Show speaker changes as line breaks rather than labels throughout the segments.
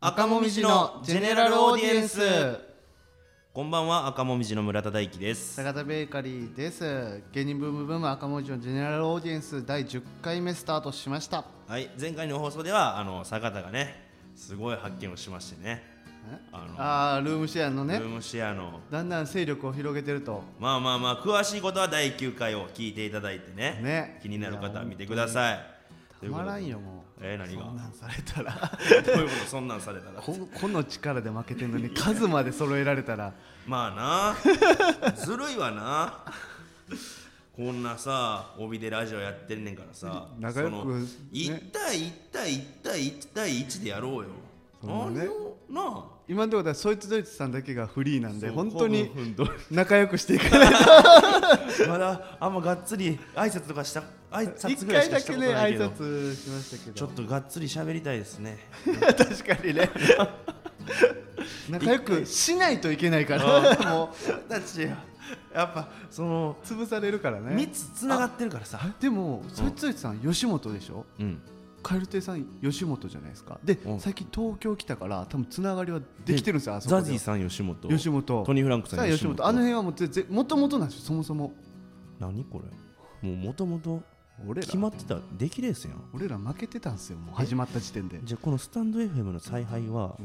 赤もみじのジェネラルオーディエンスこんばんは赤もみじの村田大樹です
坂田ベーカリーです芸人ブームブーム赤文字のジェネラルオーディエンス第10回目スタートしました
はい前回の放送ではあの坂田がねすごい発見をしましてねあ
あールームシェアの
の
ね
ルームシェアの
だんだん勢力を広げてると
まあまあまあ詳しいことは第9回を聞いていただいてね
ね
気になる方は見てください
たまらん
よ
よもう
えー何が
そんなんされたら
どういうことそんなんされたら
ここの力で負けてんのに数まで揃えられたら
まあな ずるいわなこんなさ帯でラジオやってんねんからさ
仲良く
その
ね
1対1対1対1対1でやろうよ
そうだ
何
ね
をなあ
今のところはそいつドイツさんだけがフリーなんで
そう
本当に
古墳
仲良くしていかない と
まだあんまがっつり挨拶とかした挨
一
拶ぐらい
回
しかした
だけ
こと
ね
ない
挨
けど
拶しましたけど
ちょっとがっつり喋りたいです ね
確かにね 仲良くしないといけないからもう
だってやっぱその
潰されるからね
密つながってるからさ
でもそいつどいつさん吉本でしょ
うん
蛙亭さん吉本じゃないですかで
うん
最近東京来たから多分つながりはできてるんですよあそこ
ザ
で
ジーさん吉本
吉本
トニー・フランクさ
さあ
ん
吉本あの辺はもうぜぜもともとなんですよそもそも
何これもうもともと
俺ら
決まってたできレースやん
俺ら負けてたんですよもう始まった時点で
じゃあこのスタンド FM の采配は、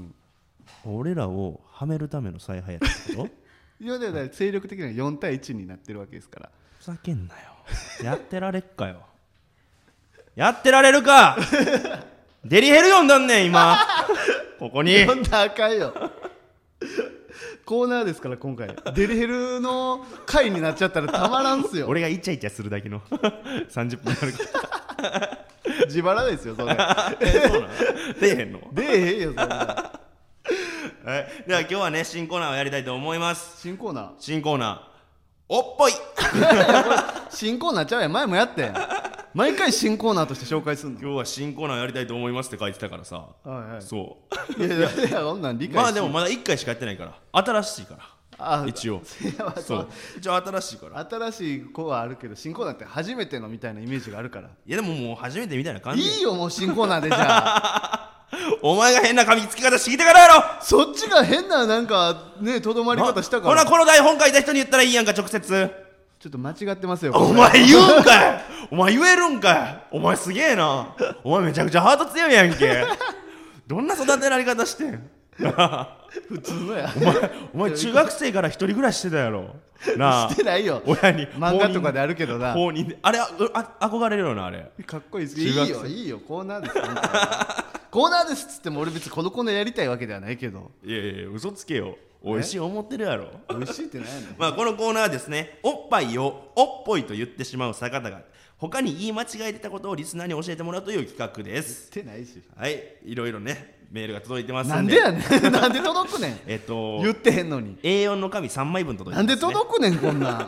俺らをはめるための采配やったこと
いやだから精力的には4対1になってるわけですから
ふざけんなよやってられっかよやってられるかデリヘル読んだんねん今ここに
そんなあかんよコーナーですから今回デリヘルの回になっちゃったらたまらんすよ
俺がイチャイチャするだけの30分になるか
自腹ですよそれ
らえそうなの出えへんの
出えへんよそんな
はいでは今日はね新コーナーをやりたいと思います
新コーナー
新コーナーおっぽい
新コーナーちゃうやん前もやってん毎回新コーナーとして紹介すんの
今日は新コーナーをやりたいと思いますって書いてたからさ、
はいはい
そう
いやいやいやそんなん理解し
まあでもまだ1回しかやってないから新しいから
あ
一応
いやま
そ
あそう
う一応新しいから
新しい子はあるけど新コーナーって初めてのみたいなイメージがあるから
いやでももう初めてみたいな感
い
じ
いよもう新コーナーでじ ゃあ
お前が変な髪つき方してきてからやろ
そっちが変ななんかねとどまり方したか
ほ
ら
な
ち
この台本書いた人に言ったらいいやんか直 接
ょっと間違ってますよ
お前言うんかいお前言えるんかいお前すげえなお前めちゃくちゃハート強いやんけどんな育てられ方してん
普通のや
お前お前中学生から一人暮らししてたやろ なあ
してないよ
親に
漫画とかであるけどな
放任であれああ憧れるよなあれ
かっこいいですい
中
い
学生
よいいよコーナーです本当にコーナーですっつっても俺別にこのコーナーやりたいわけではないけど
いやいや嘘つけよ美味しい思ってるやろ
美味しいってないの
まあこのコーナーはですねおっぱいをおっぽいと言ってしまう坂田が他に言い間違えてたことをリスナーに教えてもらうという企画です
してないし
はいいろいろねメールが届いてますんで
なんでやねん なんで届くねん
えっと
言ってへんのに
A4 の紙3枚分届いて
な
ます、
ん
ね、
で届くねんこんなん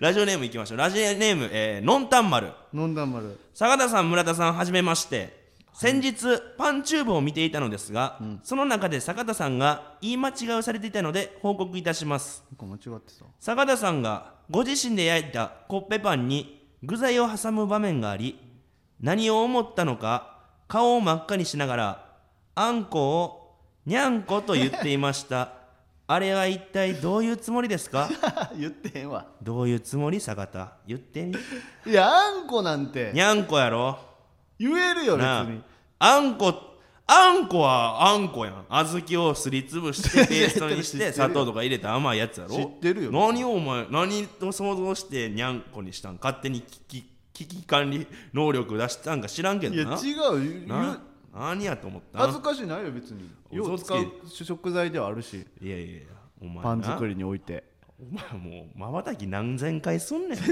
ラジオネームいきましょうラジオネーム、えー、のんたん丸
飲んだん丸
坂田さん村田さんはじめまして先日パンチューブを見ていたのですが、その中で坂田さんが言い間違いをされていたので報告いたします
なんか間違って た
坂田さんがご自身で焼いたコッペパンに具材を挟む場面があり何を思ったのか顔を真っ赤にしながらあんこをにゃんこと言っていましたあれは一体どういうつもりですか
言ってへんわ
どういうつもり坂田言ってみ
いやあんこなんて
にゃんこやろ
言えるよ別
な
に
ああんこあんこはあんこやん小豆をすりつぶしてペーストにして
知ってるよ
砂糖とか入れた甘いやつやろ
知ってるよ
何をお前何と想像してにゃんこにしたん勝手に危機危機管理能力出したんか知らんけ
いや
どな
違う言う言う
な何やと思った
恥ずかしないよ別によう
嘘つけ
使う食材ではあるし
いやいやいやお前な
パン作りにお いて
お前もうまばたき何千回す んねんな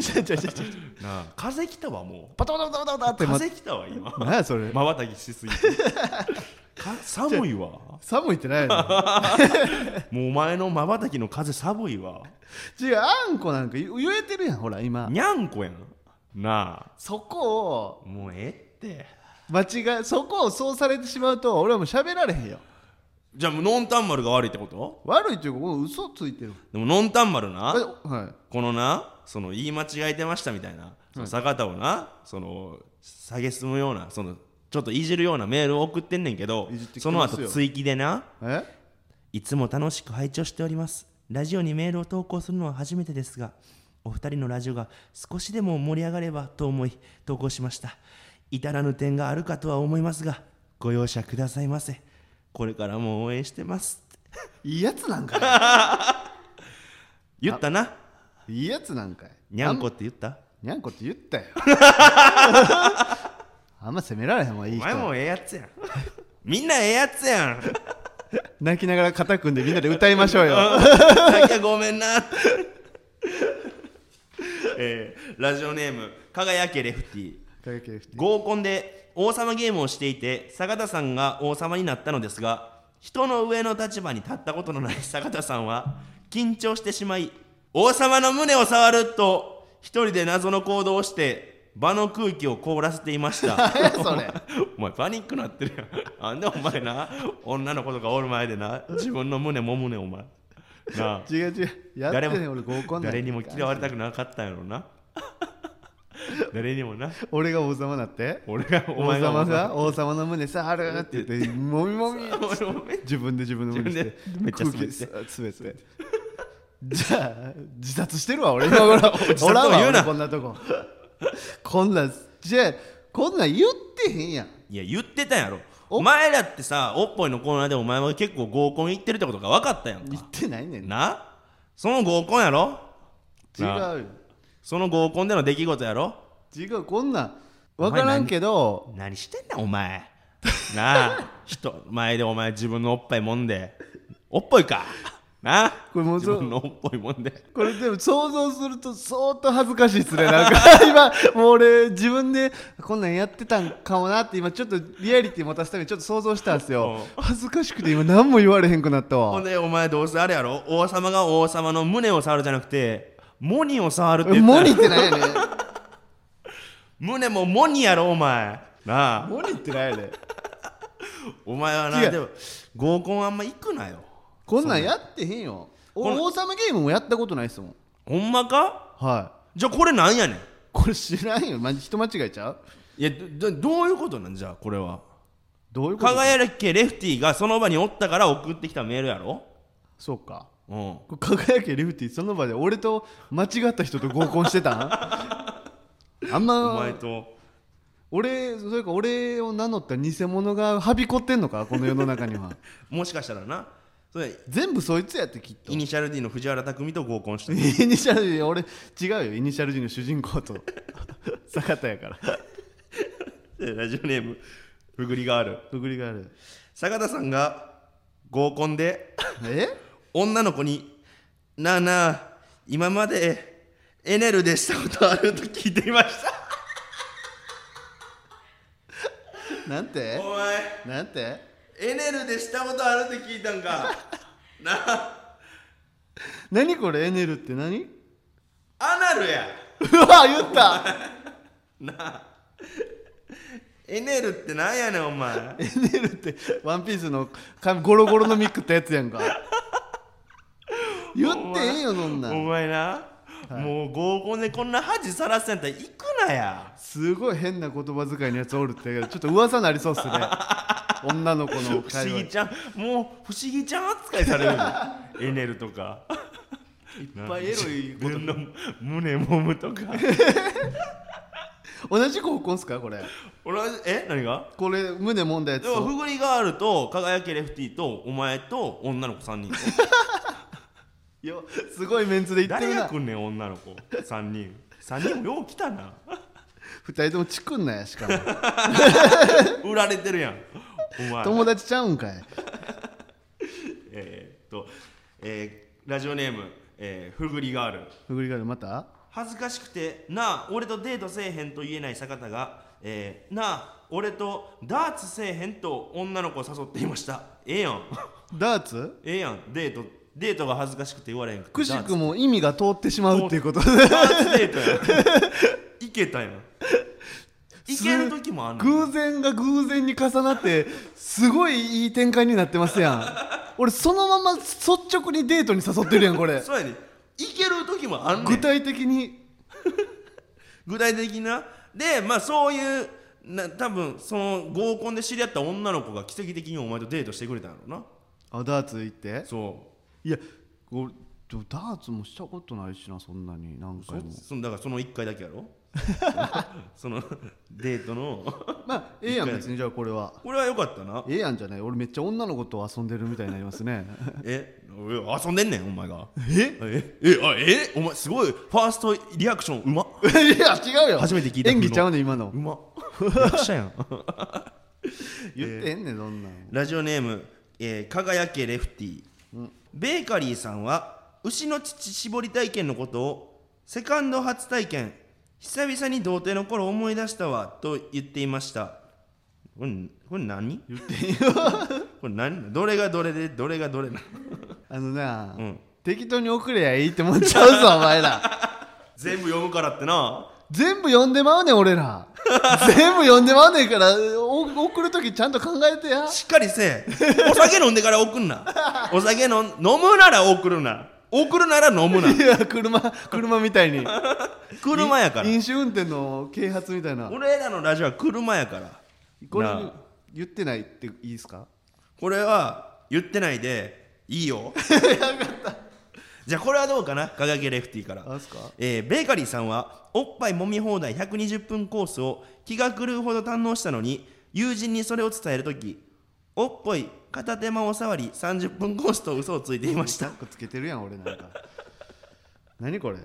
あ風来たわもう
パタパタパタパタってま
風来たわ今
何やそれ
まばたきしすぎ てか寒いわ
寒いってないの
もうお前のまばたきの風寒いわ
違うあんこなんか言言えてるやんほら今
にゃんこやんな
そこを
あもうええって
間違えそこをそうされてしまうと俺はもう喋られへんよ
じゃあもうノンタン丸が悪いってこと
悪いというかもう嘘ついてる
でもノンタン丸
あ
な
はい
このなその言い間違えてましたみたいなその坂田をなその蔑むようなそのちょっといじるようなメールを送ってんねんけど
いじってきて
その
ますよ
後追記でな
え
いつも楽しく拝聴しております。ラジオにメールを投稿するのは初めてですが、お二人のラジオが少しでも盛り上がればと思い投稿しました。至らぬ点があるかとは思いますが、ご容赦くださいませ。これからも応援してます。
いいやつなんか
言ったな。
いいいやつなんかい
にゃんこ
あ
って言った
にゃんこって言 ったよあんま責められへんわい
お
い
前
人
もええやつやん。みんなええやつやん。
泣きながら肩組んでみんなで歌いましょう よ
さっきはごめんな。えーラジオネーム、輝けレフティー。
輝ける人
合コンで王様ゲームをしていて坂田さんが王様になったのですが人の上の立場に立ったことのない坂田さんは緊張してしまい王様の胸を触ると一人で謎の行動をして場の空気を凍らせていました
それ
お前パニックなってるやんあんでお前な女の子とかおる前でな自分の胸もむねんお前なあ
違う違うやって
誰
ねん
も
俺合コンなんか
誰にも嫌われたくなかったんやろな 誰にもな
俺が王様だって
俺がお
王
前が
様が王様の胸さあるって言ってもみもみ
俺もめ
自分で自分の胸して
自分でめっちゃ滑って
空気す滑ってじゃあ自殺してるわ俺今 頃おらんわ
言うな
俺こんなとここんなんじゃあこんなん言ってへんやん
いや言ってたんやろお前らってさおっぽいのコーナーでお前は結構合コン行ってるってことが分かったやん
言
か
ってないねん
なその合コンやろ
違うよ
その合コンでの出来事やろ
違うこんなん分からんけど
何してんねんお前なあ人前でお前自分のおっぱいもんでおっぽいかなあ
これもう
自
そう
分のおっぽいもんで
これでも想像すると相当恥ずかしいっすねなんか 今もう俺自分でこんなんやってたんかもなって今ちょっとリアリティ持たすためにちょっと想像したんですよ恥ずかしくて今何も言われへんくなった
ほん
わ
でお前どうせあれやろ王様が王様の胸を触るじゃなくてモニを触るって言ったや
モ
ん
ニってないやね
胸もモニやろお前なあ
モニってないやね
お前は
違
な
う
でも合コンあんま行くなよ
こんなんやってへんよ
こん
俺王様ゲームもやったことないっすもん
ほんまか
はい
じゃあこれなんやねん
これ知らんよマジ人間違えちゃう
いやどどどういうことなんじゃあこれは
どういうこと
輝けレフティがその場におったから送ってきたメールやろ
そうか
うん
これ輝けリフティその場で俺と間違った人と合コンしてた んあん
お
ま
前と
俺それか俺を名乗った偽物がはびこってんのかこの世の中には
もしかしたらなそれ
全部そいつやってきっと
イニシャル D の藤原匠と合コンして
イニシャル D 俺違うよイニシャル D の主人公と坂田やから
ラジオネームふぐりがある
くぐりがある
坂田さんが合コンで
え
女の子に「なあなあ今までエネルでしたことある?」と聞いていました
なんて
お前
なんて
エネルでしたことあるって聞いたんかなあ
何これエネルって何
アナルや
うわ言った
なあエネルってなんやねんお前
エネルってワンピースの髪ゴロゴロのミックったやつやんか言ってええよそんな
お
ん
前な、もう合コンでこんな恥さらせんと行くなや
すごい変な言葉遣いのやつおるってちょっと噂なりそうっす ね女の子の
不思
会話
議ちゃんもう不思議ちゃん扱いされるの エネルとか
いっぱいエロい
自分の胸もむとか
同じ合コンっすかこれ
俺はえ何が
これ胸もんだやつ
でもフグリガールと輝けレフティとお前と女の子3人
いやすごいメンツで言っ
誰
てる
が
な
来んねん女の子3人3人もよう来たな
二人ともチクんなやしかも
売られてるやんお前
友達ちゃうんかい
えーっと、えーラジオネーム、えー、ふぐりガール
ふぐりがるまた
恥ずかしくてなあ俺とデートせえへんと言えない坂田が、えーなあ俺とダーツせえへんと女の子を誘っていましたええやん
ダーツ
ええやんデートデートが恥ずかしくて言われへん
くしく
も
も意味が通ってしまうっていうことで
ダーツデートやんいけたやんいける時もあんの
偶然が偶然に重なってすごいいい展開になってますやん俺そのまま率直にデートに誘ってるやんこ れ
そうやねんいける時もあんねん
具体的に
具体的なでまあそういうな多分その合コンで知り合った女の子が奇跡的にお前とデートしてくれたんやろな
あダーツ行って
そ
いやこうダーツもしたことないしなそんなに何
うそ
回も
そのだからその1回だけやろ そのデートの
まあええやん別にじゃあこれは
これは良かったな
ええやんじゃない俺めっちゃ女の子と遊んでるみたいになりますね
え俺遊んでんねんお前が
え
ええあえお前すごいファーストリアクションうまっ
いや違うよ
初めて聞いた
演技ちゃうね今の
うま っ役者やん
言ってんねんそんなん
ラジオネーム、えー輝けレフティ、ベーカリーさんは牛の乳搾り体験のことをセカンド初体験久々に童貞の頃思い出したわと言っていましたこれこれ何言ってよこれ何どれがどれでどれがどれな
あのな、
ん
適当に送れやいいって思っちゃう ぞお前ら
全部読むからってな
全部読んでまうねん俺ら全部読んでまうねんからお送る時ちゃんと考えて や
しっかりせえお酒飲んでから送んなお酒の飲むなら送るな送るなら飲むない
や車車みたいに
車やから
飲酒運転の啓発みたいな
俺らのラジオは車やから
これ
なあ
言ってないっていいですか
これは言ってないでいい よじゃあこれはどうかな輝けレフティから
あすか
えーベーカリーさんはおっぱいもみ放題120分コースを気が狂うほど堪能したのに友人にそれを伝える時おっぽい片手間おさわり30分コースと嘘をついていまし
タ
た
ックつけてるやん俺なんか 何これ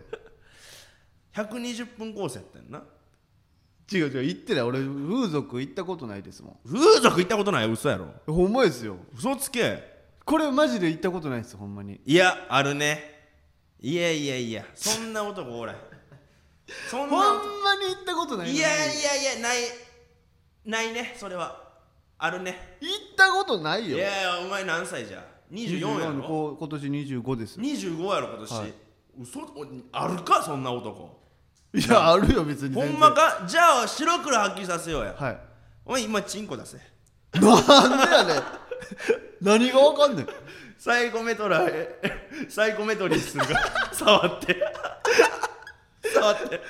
120分コースやったよな
違う違う行ってない俺風俗行ったことないですも
風俗行ったことない嘘やろ
んほんまですよ
嘘つけ
これマジで行ったことないですほんまに
いやあるねいやいやいやそんな男 おらへんそ
ほ
ん
ん
な
ま
男
に行ったことないのに
いやいやいやないないねそれはあるね
行ったことない
い
よ
やいやお前何歳じゃ24や
の
ろ
こう今年25です
25やろ今年、
はい
嘘おあるかそんな男
いやあるよ別に
ほ
全然
んまかじゃあ白黒はっきりさせようや、
はい
お前今チンコ出せ
なん でやねん何がわかんねん
サイコメトラえ サイコメトリーするから 触って触って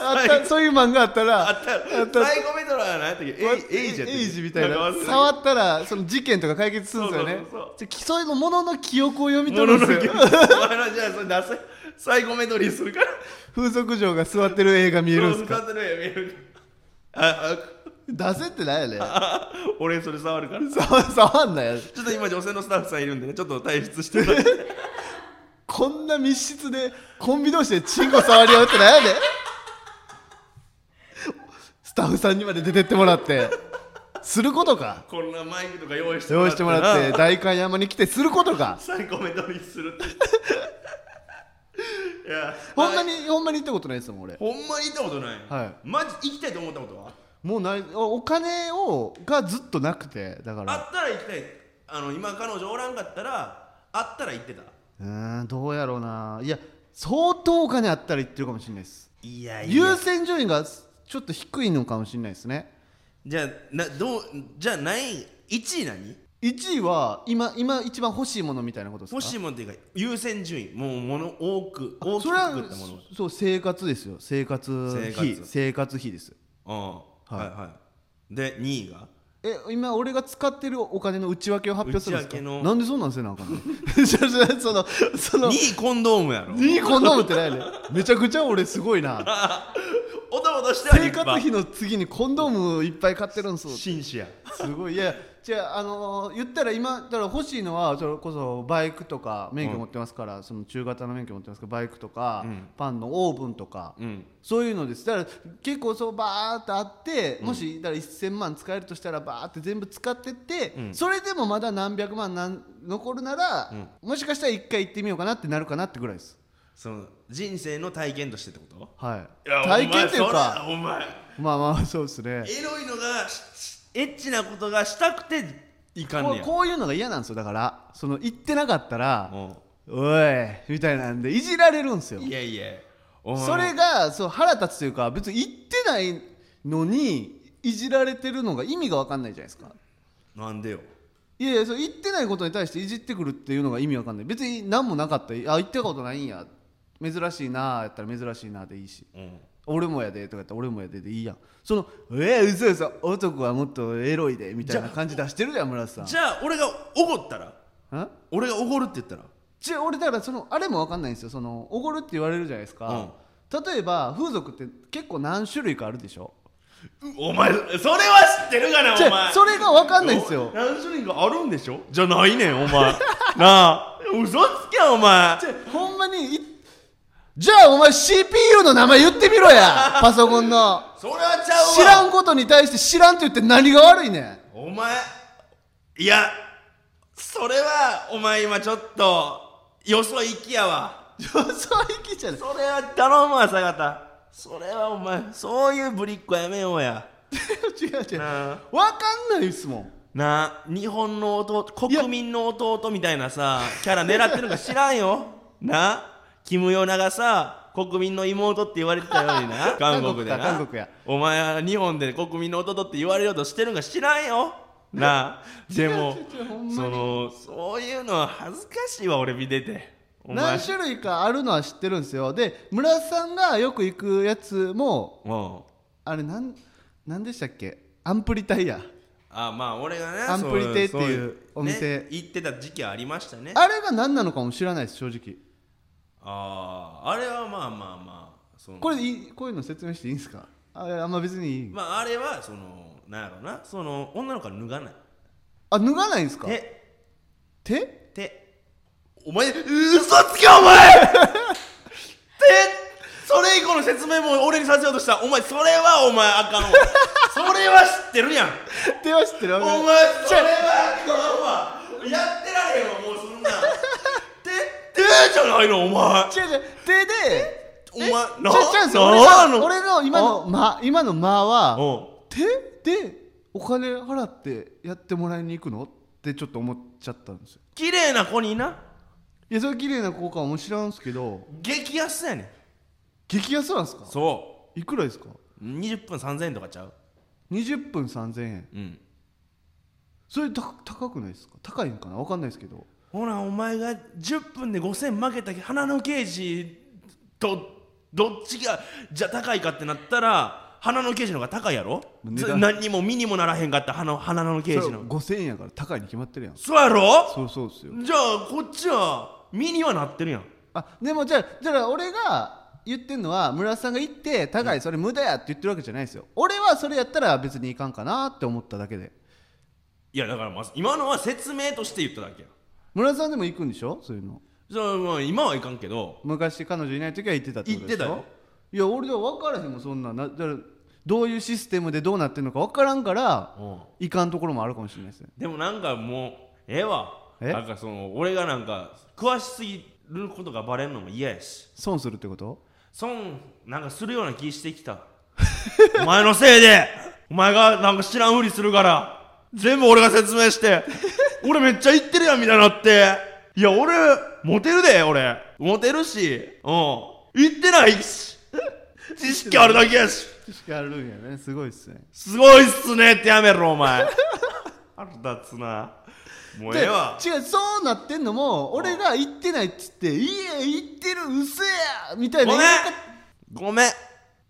あったそういう漫画あったら
あった
あった
サイコメトラーは何やったっけエイエイジやったっけ
エイジみたい
ん
な
か忘れた
触ったらその事件とか解決するんですよね
そうそうそう
ちょきそういうのものの記憶を読み
も
取る
の
ん
の
です
け
よ
お前らじゃあそれ出せサイコメトリーするから
風俗嬢が座ってる映画見えるんす
そ
か
う使ってるやん見えるああ
出せってないやね
あ俺それ触るからち
触触んなよ
ょっと今女性のスタッフさんいるんでねちょっと退出してもらって
こんな密室でコンビ同士でチンコ触り合うってなんやねんスタッフさんにまで出てってもらってすることか
こんなマイクとか用意しても
用
ら
意
っ
してて
な
もらって代官山に来てすることか
サイコメトリーす るっていや
ほんまにほんまに行ったことないですもん俺
ほんまに行ったことない、
はい
マジ行きたいと思ったことは
もうないおお金をがずっとなくてだから
あったら行きたいあの今彼女おらんかったらあったら行ってた
うーんどうやろうないや相当お金あったら言ってるかもしれないです
いや
優先順位がちょっと低いのかもしれないですね
じゃあなどうじゃあない1位何
1位は今今一番欲しいものみたいなことですか
欲しいものっていうか優先順位もうもの多く
あ
大き
そ
く
れは
作ったもの
そう生活ですよ生活費
生
生
活
活費です
うんは
はいい
はいで2位が
え今俺が使ってるお金の内訳を発表するんです
内
か
訳の
なんでそんなんせなあかんの じゃあじゃあそのその
2位コンドームやろ
いいコンドームってないねめちゃくちゃ俺すご いな
男としては
生
立
活
派
費の次にコンドームいっぱい買ってるんです
紳士や
すごいいやじゃあ、あのー言ったら今だから欲しいのはそれこそバイクとか免許持ってますから、その中型の免許持ってますからバイクとか、パンのオーブンとか、
うん
そういうのですだから結構そうバーってあってもしだから1000万使えるとしたらバーって全部使ってって、それでもまだ何百万なん残るなら、もしかしたら一回行ってみようかなってなるかなってぐらいです。
その人生の体験としてってこと
はい、体験っていうか
お前
まあまあそうですね
エロいのがししエッチなことがしたくていかん
こ
ね
う
や
こういうのが嫌なんですよだからその行ってなかったら、
う
おいみたいなんでいじられるんですよ
んいやいやお前
それがそう腹立つというか別に言ってないのにいじられてるのが意味が分かんないじゃないですか
なんでよ
いやいやそう言ってないことに対していじってくるっていうのが意味わかんない別に何もなかったあ言ってたことないんや珍しいなやったら珍しいなでいいし
うん
あ俺もやでとか言って俺もやででいいやんそのえー、嘘嘘男はもっとエロいでみたいな感じ出してるやん村瀬さん
じゃあ俺がおごったら
ん
俺がおごるって言ったら
ち俺だからそのあれも分かんないんですよそのおごるって言われるじゃないですか、例えば風俗って結構何種類かあるでしょ
うお前それは知ってるがな
じ
お
ゃ
前
あそれが分かんないんですよ
お何種類かあるんでしょじゃないね んお前なあ嘘つけお前
じゃあほんまにいじゃあお前 CPU の名前言ってみ ろやパソコンの
それはちゃうわ
知らんことに対して知らんと言って何が悪いね ん
お前いやそれはお前今ちょっとよそ行きやわ
よそ行きじゃない
それは頼むわ朝方それはお前そういうぶりっ子やめようや
違う違う分
なあ
かんないっすもん
なあ日本の弟国民の弟みたいなさキャラ狙ってるか知らんよなあキム・ヨナがさ国民の妹って言われてたようにな韓国でな
韓国か韓国や
お前は日本で国民の弟って言われようとしてるんか知らんよなあでも
違う違うほんまに
そのそういうのは恥ずかしいわ俺見ててお前
何種類かあるのは知ってるんですよで村さんがよく行くやつも
うん
あれなんなんでしたっけアンプリタイヤ
あまあ俺がね
アンプリテっていう
そ
お店
ね行ってた時期ありましたね
あれが何なのかも知らないです正直
あああれはまあまあまあその
これいいこういうの説明していいんですかあれあんま別にいい
まああれはそのなんやろなその女の子は脱がない
あ脱がないんですか
手
手
手お前嘘つけお前 手それ以降の説明も俺にさせようとしたお前それはお前あかん わそれは知ってるやん
手は知ってる
お前それはあかんわやってられへんわもうそんな手手じゃないのお前
違う違う手で
お前な
違う違うんですよ
な
俺が
なの
俺の今の間今の間は
お
手でお金払ってやってもらいに行くのってちょっと思っちゃったんですよ
綺麗な子にない
やそれ綺麗な効果はもちろんですけど
激安やねん
激安なんですか
そ
いくらですか
う20分3000円とかちゃう
20分3000円
うん
それた高くないですか高いんかなわかんないですけど
ほらお前が10分で5000負けた花の刑事とどっちがじゃ高いかってなったら花の刑事の方が高いやろ
値
ず
段
何にも身にもならへんかった花の花の刑事
それ
の
5000円やから高いに決まってるやん
そうやろ
そうそうですよ
じゃあこっちは身にはなってるやん
あでもじゃあじゃあ俺が言ってんのは村田さんが言って高いそれ無駄やって言ってるわけじゃないですよ俺はそれやったら別にいかんかなって思っただけで
いやだからまず今のは説明として言っただけや
村田さんでも行くんでしょそういうの
じゃあまあ今はいかんけど
昔彼女いない時は行ってたってことでしょ
行って
いや俺では分からへんもんそんなんなだからどういうシステムでどうなってんのか分からんから
うん
いかんところもあるかもしれないですね
でもなんかもうええわ
え
なんかその俺がなんか詳しすぎることがバレるのも嫌やし
損するってこと
損なんかするような気してきたお前のせいでお前がなんか知らんふりするから全部俺が説明して俺めっちゃ言ってるやんみたいになっていや俺モテるで俺モテるしうん言ってないし知識あるだけやし
知識あるんやねすごいっすね
すごいっすねってやめろお前腹立つなもうええわ
で違うそうなってんのも俺が行ってないっつって「いや行ってる嘘や!」みたいな
ごめん
言い方
ごめん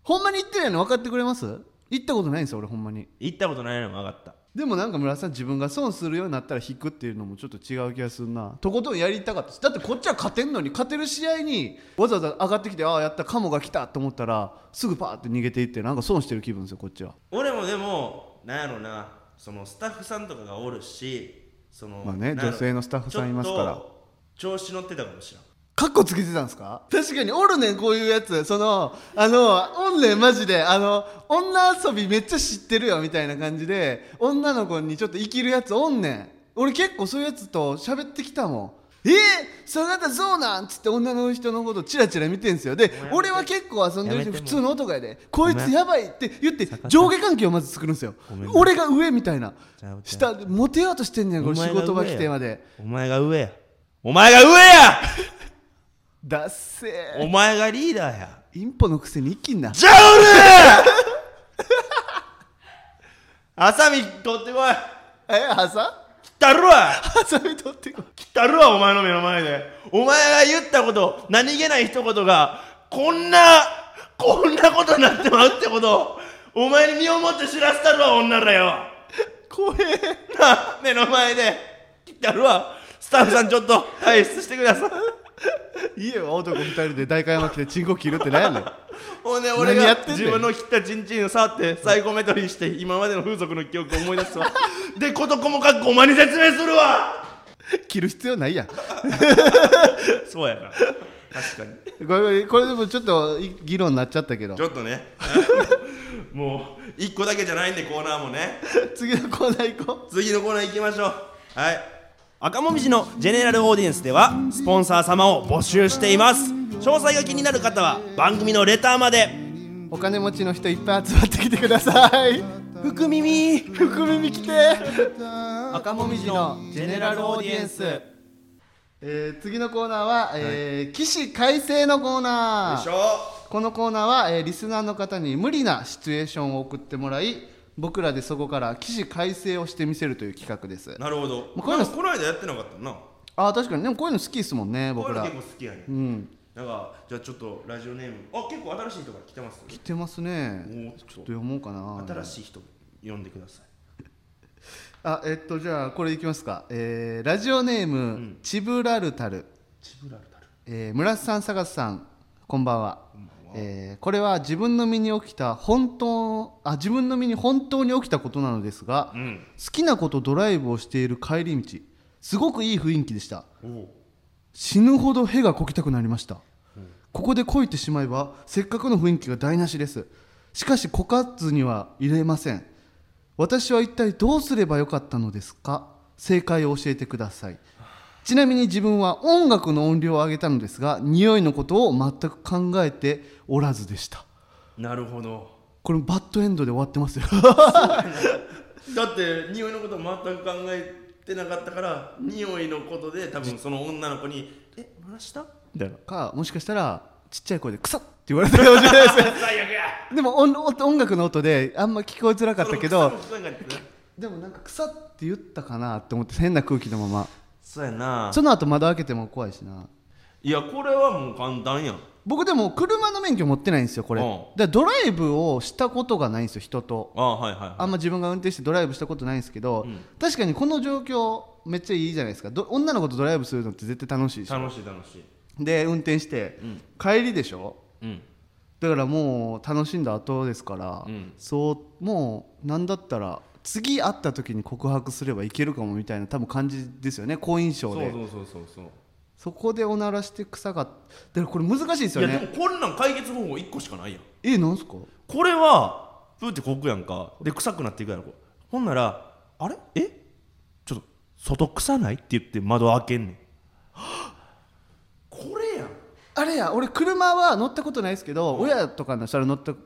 ほんまに行ってないの分かってくれます行ったことないんですよ俺ほんまに
行ったことないのも分かった
でもなんか村田さん自分が損するようになったら引くっていうのもちょっと違う気がするなとことんやりたかったですだってこっちは勝てんのに勝てる試合にわざわざ上がってきてああやったカモが来たと思ったらすぐパーって逃げていってなんか損してる気分ですよこっちは
俺もでもなんやろなそのスタッフさんとかがおるしその
まあね
なんやろ
女性のスタッフさんいますから
ちょっと調子乗ってたかもしれん
カッコつけてたんですか確かにおるねんこういうやつそのあのおんねんマジであの女遊びめっちゃ知ってるよみたいな感じで女の子にちょっと生きるやつおんねん俺結構そういうやつと喋ってきたもんえー、そなたそうなんつって女の人のことチラチラ見てんすよで俺は結構遊んでる
やめても
し普通の男やでこい
ご
つ
めん
やばいって言って上下関係をまず作るんですよ俺が上みたいな
ちゃうち
下モテようとしてんねんこ
お
れ
前
仕
が
事場
上や
来てまで
お前が上やお前が上 や
だっせー
お前がリーダーや
インポのくせに生きんな
じゃあ俺 ハサミ取ってこい
えハサ
来たるわ
ハサミ取ってこい
来たるわお前の目の前でお前が言ったこと何気ない一言がこんなこんなことになってまうってことお前に身をもって知らせたるわ女らよ
怖え
な目の前で切ってあるわスタッフさんちょっと退出してください
いいよ男二人で代官山来てチンコ切るってなんやねん
ほんで俺
何や
が
ってんねん
自分の切ったチンチンを触ってサイコメトリーして今までの風俗の記憶を思い出すわで事細かくお前に説明するわ
切る必要ないやんこ
そうやな確かに
れこれでもちょっとい議論になっちゃったけど
ちょっとねもう1個だけじゃないんでコーナーも ね
次のコーナー行こ
次のコーナー行きましょうはい赤もみじのジェネラルオーディエンスではスポンサー様を募集しています詳細が気になる方は番組のレターまで
うお金持ちの人いっぱい集まってきてください
福耳
福耳来て
赤もみじのジェネラルオーディエンスよ
えー、次のコーナーは、えー、起死回生のコーナー
いしょ
このコーナーは、えーリスナーの方に無理なシチュエーションを送ってもらい僕らでそこから起死回生をしてみせるという企画です
なるほど
うこういうの
なんかこの間やってなかったな
あー確かにでもこういうの好きですもんね
こうい
僕
うの
ら
結構好きやね
うん
なんかじゃあちょっとラジオネームあ結構新しい人から来てます
来てますね
お
ちょ
ー
っと読もうかな
新しい人呼んでください
あえっとじゃあこれいきますか、えーラジオネーム、チブラルタル、
チブラルタル
えー、村瀬さん坂田さんこんばんはえーこれは自分の身に起きた本当あ自分の身に本当に起きたことなのですが、
うん
好きな子とドライブをしている帰り道すごくいい雰囲気でした
おお
死ぬほど屁がこきたくなりました、ここでこいてしまえばせっかくの雰囲気が台無しですしかしこかずには入れません私は一体どうすればよかったのですか正解を教えてくださいちなみに自分は音楽の音量を上げたのですが匂いのことを全く考えておらずでした
なるほど
これバッドエンドで終わってますよ
だって匂いのこと全く考えてなかったから匂いのことで多分その女の子に「え鳴らした?」みたいな
かもしかしたらちっちゃい声で「クソッ!」って言われたかもしれないですね
最悪や
でも音音楽の音であんま聞こえづらかったけ ど
その草も聞こえんかったな
でもなんか草って言ったかなって思って変な空気のまま
そうやな
その後窓開けても怖いしない
やこれはもう簡単やん
僕でも車の免許持ってないんですよこれ
うん
でドライブをしたことがないんですよ人と
あはいはい
あんま自分が運転してドライブしたことないんですけど、
うん
確かにこの状況めっちゃいいじゃないですかど女の子とドライブするのって絶対楽しいし
楽しい楽しい
で運転して、
うん
帰りでしょ
うん
だからもう楽しんだ後ですから、
うん
そうもうなんだったら次会った時に告白すればいけるかもみたいな多分感じですよね好印象
そ
で
うそうそうそうそう
そこでおならして臭かっただからこれ難しいです
い
よ
やで
ね
もこんなん解決方法1個しかないやん
えなんすか
これはプーってこくやんかで臭くなっていくやろほんなら「あれえちょっと外臭ない?」って言って窓開けんねんこれやん
あれや俺車は乗ったことないですけど、親とかの車両乗った
うん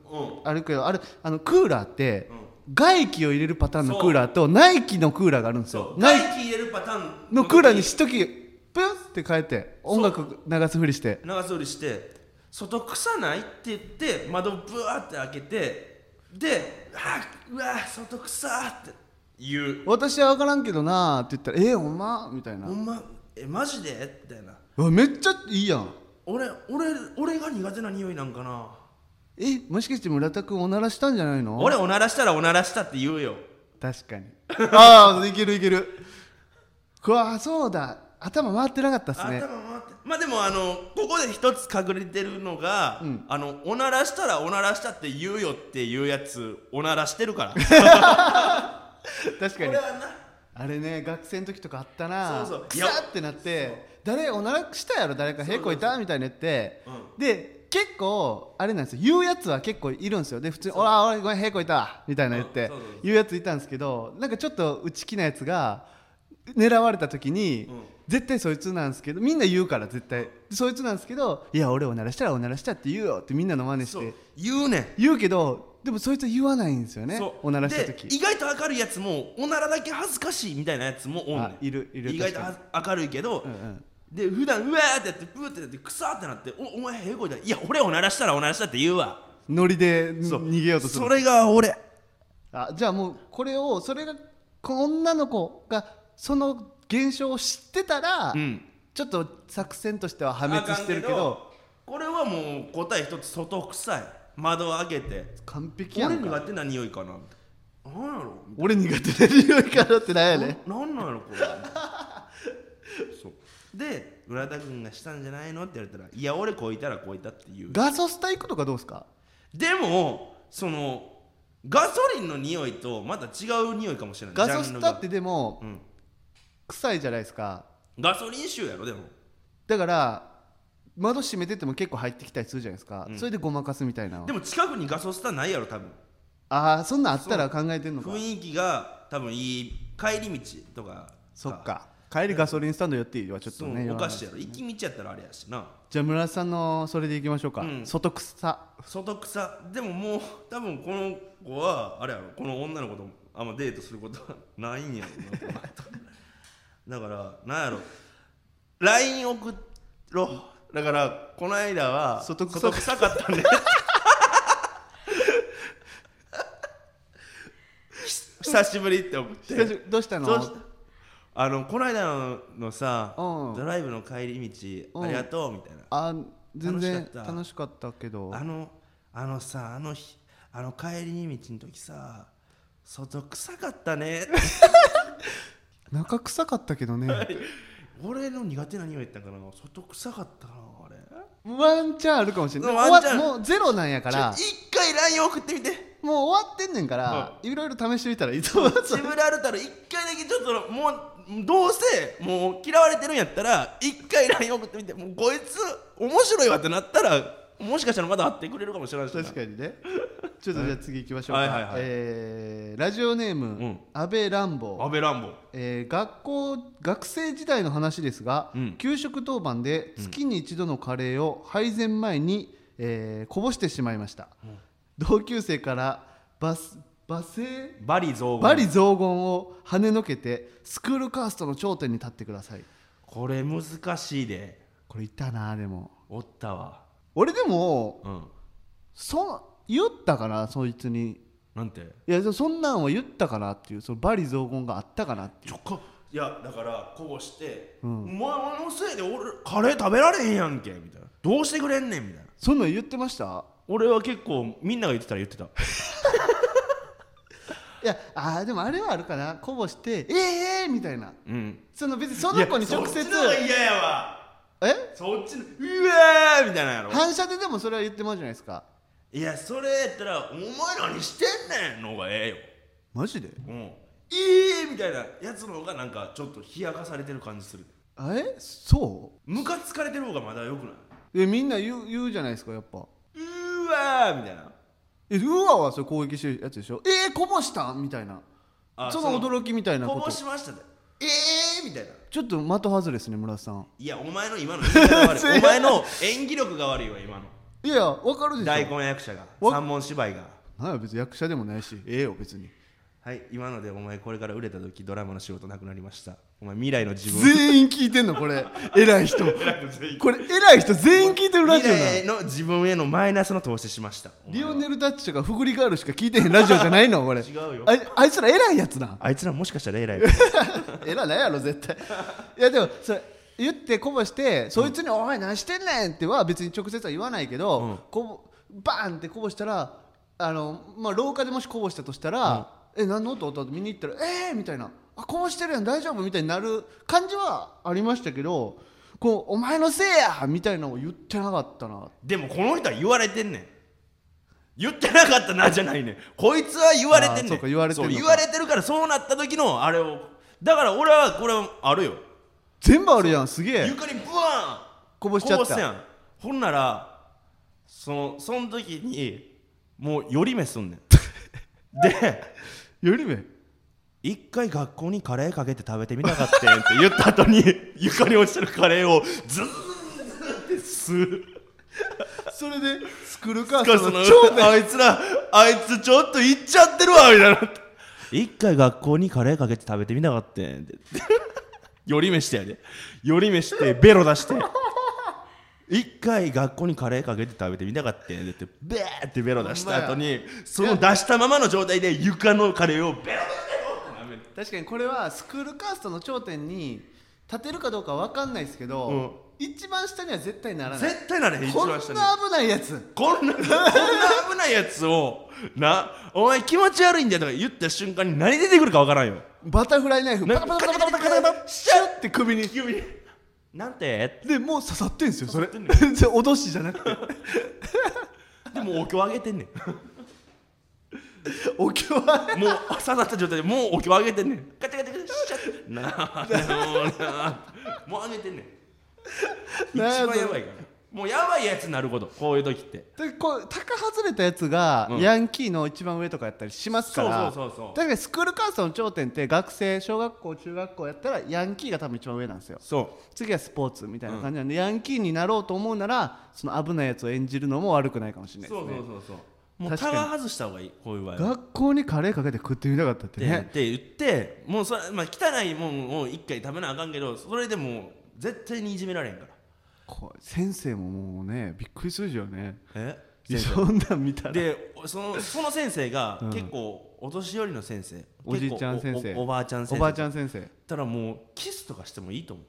あるけどあれあのクーラーって、外気を入れるパターンのクーラーと内気のクーラーがあるんですよ
そう
内
外気入れるパターン
気のクーラーにしときプンって変えて音楽流すふりして
長袖りして外臭ないって言って窓ブワーって開けてで「あうわ外臭ーって言う
私は分からんけどなーって言ったらえー、ほんまみたいな
ほんまえマジでみたいな
うわめっちゃいいやん
俺俺俺が苦手な匂いなんかな
えもしかして村田君おならしたんじゃないの
俺おならしたらおならしたって言うよ
確かに ああいけるいけるうわそうだ頭回ってなかったっすね
頭回ってまあでもあのここで一つ隠れてるのが、あのおならしたらおならしたって言うよっていうやつおならしてるからこ
確か
れ
に
は
あれね学生の時とかあった
そ
な
うそう
く
いや
さってなって誰おならしたやろ誰かへこいたみたいな言って、で結構あれなんですよ言うやつは結構いるんですよで普通に「おらおらごめんへこいた」みたいな言って
そうそうそう
言うやついたんですけどなんかちょっと内気なやつが狙われた時に、
ん
絶対そいつなんですけどみんな言うから絶対そいつなんですけど「いや俺おならしたらおならしたって言うよ」ってみんなの真
な
似し
そう
て
言うねん
言うけどでもそいつは言わないんですよね
そう
おならした
で
時
意外と明るいやつもおならだけ恥ずかしいみたいなやつもおんねん
あいるいる
意外と
確
は明るいけど、
うんうん
で普段うわーってやってプーってやってくさーってなっておお前へこいだいや俺おならしたらおならしたって言うわ
ノリで
そう
逃げようとする
それが俺
あじゃあもうこれをそれがこの女の子がその現象を知ってたら、
うん
ちょっと作戦としては破滅してるけど
あかんこれはもう答え一つ外臭い窓を開けて
完璧や
俺
んか
苦手な匂いかななんやろ
俺苦手な匂いからってなんやねん
ななんなんやろ これそうで浦田君がしたんじゃないのって言われたらいや俺こいたらこいたっていう
ガソスタ行くとかどうですか
でもそのガソリンの匂いとまた違う匂いかもしれない
ガソスタっ
ジャンル
てでも
がうん、
臭いじゃないですか
ガソリン臭やろでも
だから窓閉めてても結構入ってきたりするじゃないですか、それでごまかすみたいな
でも近くにガソスタないやろ多分
ああそんなんあったら考えてんのか
雰囲気が多分いい帰り道とか
そっか帰りガソリンスタンド寄っていいわちょっ
そ
と
う
ね
おかしいやろ行き道やったらあれやしな
じゃあ村田さんのそれでいきましょうか、
うん
外草
外草でももう多分この子はあれやろこの女の子とあんまデートすることはないんやろなだからなんやろ LINE 送ろうだからこの間は
外臭
臭かったんで久しぶりって思って
久しぶりどうしたの
そうしあのこの間のさ
うん
ドライブの帰り道
うん
ありがとうみたいな
あー全然
楽しかった
楽しかったけど
あのあのさあの日あの帰り道の時さ外臭かったね
中臭かったけどね
俺の苦手な匂いやったんかな外臭かったなあれ
ワンチャンあるかもしれない
ワンチャン
終わもうゼロなんやから
ちょ一回 LINE 送ってみて
もう終わってんねんからいろいろ試してみたらいい と思う
ジブラルタル一回だけちょっともうどうせもう嫌われてるんやったら一回 LINE 送ってみてもうこいつ面白いわってなったらもしかしたらまだ会ってくれるかもしれないしな
確かにねちょっとじゃあ次行きましょうか、
はいはいはい
えーラジオネーム、
ん
安倍乱暴
安倍乱暴
えー学校学生時代の話ですが、
うん
給食当番で月に一度のカレーを配膳前に、えーこぼしてしまいました、同級生からバスバセ
バリ増
バリ雑言を跳ねのけてスクールカーストの頂点に立ってください
これ難しいで
これいたなでも
おったわ
俺でも
うん
そ言ったかなそいつに
なんて
いやそんなんは言ったかなっていうそのバリ雑言があったかなっていう
ちょかいやだからこぼして「
う
うんお前あのせいで俺カレー食べられへんやんけ」みたいな「どうしてくれんねん」みたいな
そんなん言ってました
俺は結構みんなが言ってたら言ってた
いやあーでもあれはあるかなこぼしてええー、みたいな
うん
その別にその子に直
そっ
接
ちの方が嫌やわ
え
そっちのうわーみたいなんやろ
反射ででもそれは言ってまうじゃないですか
いやそれやったら「お前何してんねん」の方がええよ
マジで
うんいいみたいなやつの方がなんかちょっと冷やかされてる感じする
えそ
ムカつかれてる方がまだよくないう
えみんな言う言うじゃないですかやっぱ
うわーみたいな
えうわはそれ攻撃してるやつでしょえー、こぼしたみたいな
あ
その驚きみたいな
こ
こ
ぼ
と
しましたでえーみたいな
ちょっと的外れですね村田さん
いやお前の今の言い方が悪
す
い
いません
お前の演技力が悪いわ今の
いやいやわかるでし
大
ょ
根役者が
わ
三文芝居が
なんや別に役者でもないしええよ別に
はい今のでお前これから売れた時ドラマの仕事なくなりましたお前未来の自分
全員聞いてんのこれ偉い人これ偉い人全員聞いてるラジオなの
未来の自分へのマイナスの投資しましたお前
リ
は
オネル・ダッチとかフグリガールしか聞いてへんラジオじゃないの俺
違うよ
ああいつら偉いやつな
あいつらもしかしたら偉い
偉ないやろ絶対いやでもそれ言ってこぼしてそいつに「おい何してんねん!」っては別に直接は言わないけど、
うん
こぼバーンってこぼしたらあの、まあ、廊下でもしこぼしたとしたら「え何の音?」って見に行ったら「えー!」みたいな「あこぼしてるやん大丈夫?」みたいになる感じはありましたけどこうお前のせいやみたいなのを言ってなかったな
でもこの人は言われてんねん言ってなかったなじゃないねんこいつは言われてんねん
あーそうか言われてんの
そ
か
う言われてるからそうなった時のあれをだから俺はこれあるよ
全部あるやんすげえ
床にブワーン
こぼしちゃった
こぼすやんほんならそのその時にもう寄り目す んねんで
よりめ
一回学校にカレーかけて食べてみたかったんって言った後に床に落ちてるカレーをズーンって吸う
それで作るか
そ
その
の
頂点
あいつらあいつちょっと行っちゃってるわみたいな一回学校にカレーかけて食べてみたかったんって寄り目してやで寄り目してベロ出して一回学校にカレーかけて食べてみたかったんでってベーってベロ出した後にその出したままの状態で床のカレーをベロベロって舐める
確かにこれはスクールカーストの頂点に立てるかどうかわかんないですけど、一番下には絶対ならない
絶対なれへん一
こんな
番
危
下に
ないやつ
こんなこんな危ないやつをなお前気持ち悪いんだよとか言った瞬間に何出てくるかわからんよ
バタフライナイフ
な
パタパタパタパタパタパタシュッて首に
急になんて
でもう刺さってんすよそれそ
刺
れ
さっ
脅しじゃなくて
でもお経あげてんねん
お経は
もう刺さった状態でもうお経あげてんねんガチャガチャガチャシャッなあなあもうあげてんねん一
な
番
あ
やばいからもうやばいやつになることこういう時って
でこう高外れたやつが
うん
ヤンキーの一番上とかやったりしますから
そうそうそうそう
確かにスクールカーストの頂点って学生小学校中学校やったらヤンキーが多分一番上なんですよ
そ
次はスポーツみたいな感じなんで、ヤンキーになろうと思うならその危ないやつを演じるのも悪くないかもしれ
う
ないで
そう
す
そう
ね
そうそうもう
確
タ
かに
ワー外した方がいいこういう場合は
学校にカレーかけて食ってみたかったって
って
ね
って言ってもうそれ、まあ、汚いもんを一回食べなあかんけどそれでもう絶対にいじめられへんから
こう先生ももうねびっくりするじゃんね
え
いやそんなん見たら
でそのその先生が結構お年寄りの先生、
おじいちゃん
結構
先生
おおおばあちゃん先生
おばあちゃん先生
たらもうキスとかしてもいいと思う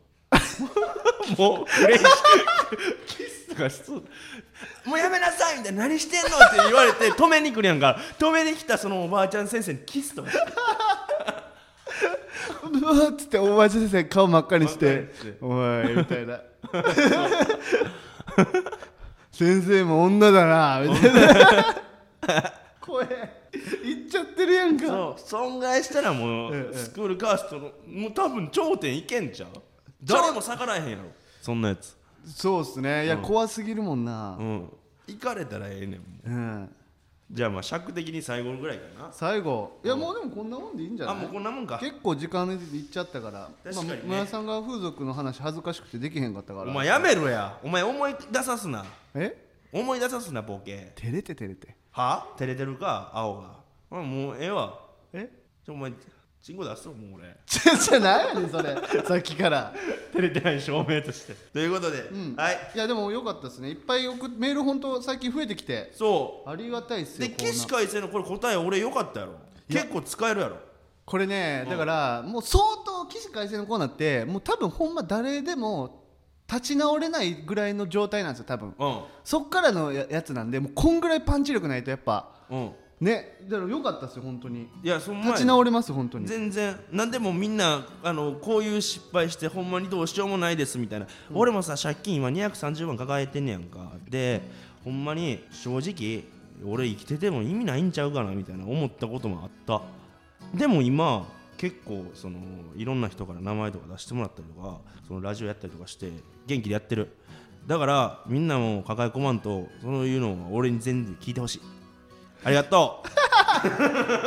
もう嬉しいキスとかしそうもうやめなさいみたいな何してんのって言われて止めに来るやんか止めに来たそのおばあちゃん先生にキスとかして
うわっつっておばあちゃん先生顔真っ赤に
真
し
って赤にして
「おい」みたいな先生も女だなみたいな声いっちゃってるやんか
そう損害したらも
え
う
え
スクールカーストのもう多分頂点いけんちゃう誰も逆らえへんやろそんなやつ
そうっすねいや怖すぎるもんな
うん行かれたらええねんもう
うん
じゃあまあ尺的に最後ぐらいかな
最後いやもうでもこんなもんでいいんじゃ
あ
な
もうこ
い
んなもんか
結構時間いっちゃったから
確かにね
まあ村さんが風俗の話恥ずかしくてできへんかったから
お前やめろやお前思い出さすな
え
思い出さすなボケ
照れて照れて
は照れてるか青があもうええわ
え
ちょお前チンコ出すよもう俺
ちょちょ何やねんそれ さっきから
照れてない証明と してということで、
ん
はい
いやでも良かったですねいっぱい送っメール本当最近増えてきて
そ
ありがたいっ
う
すよ
で
こんな
岸海生のこれ答え俺よかったやろ
いや
結構使えるやろ
これねだからもう相当起死回生のコーナーってもう多分ほんま誰でも立ち直れないぐらいの状態なんですよ多分そっからのややつなんでもうこんぐらいパンチ力ないとやっぱ
うんうん
ねだから良かったですよ本当に
いやそんまや
立ち直れます本当に
全然何でもみんなあのこういう失敗してほんまにどうしようもないですみたいな、俺もさ借金今230万抱えてんねやんかでほんまに正直俺生きてても意味ないんちゃうかなみたいな思ったこともあったでも今結構そのいろんな人から名前とか出してもらったりとかそのラジオやったりとかして元気でやってるだからみんなも抱え込まんとそういうのは俺に全然聞いてほしいありがとう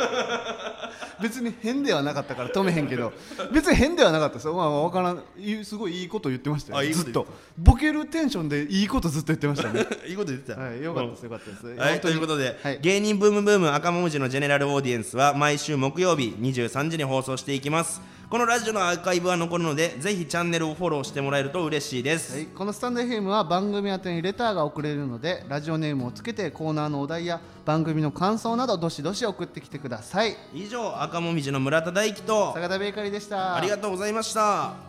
別に変ではなかったから止めへんけど別に変ではなかったですよ、まあ、まあわからんいいすごいいいこと言ってましたよ
あいいこと
ずっとボケるテンションでいいことずっと言ってまし たね
いいこと言ってた
はいよかったですよかったです
はい、
本当
と
に
いうことで、
はい
芸人ブームブーム赤もみじのジェネラルオーディエンスは毎週木曜日23時に放送していきますこのラジオのアーカイブは残るのでぜひチャンネルをフォローしてもらえると嬉しいです、
はい、このスタンド FM は番組宛てにレターが送れるのでラジオネームをつけてコーナーのお題や番組の感想などどしどし送ってきてください
以上赤もみじの村田大樹と
坂田ベーカリーでした
ありがとうございました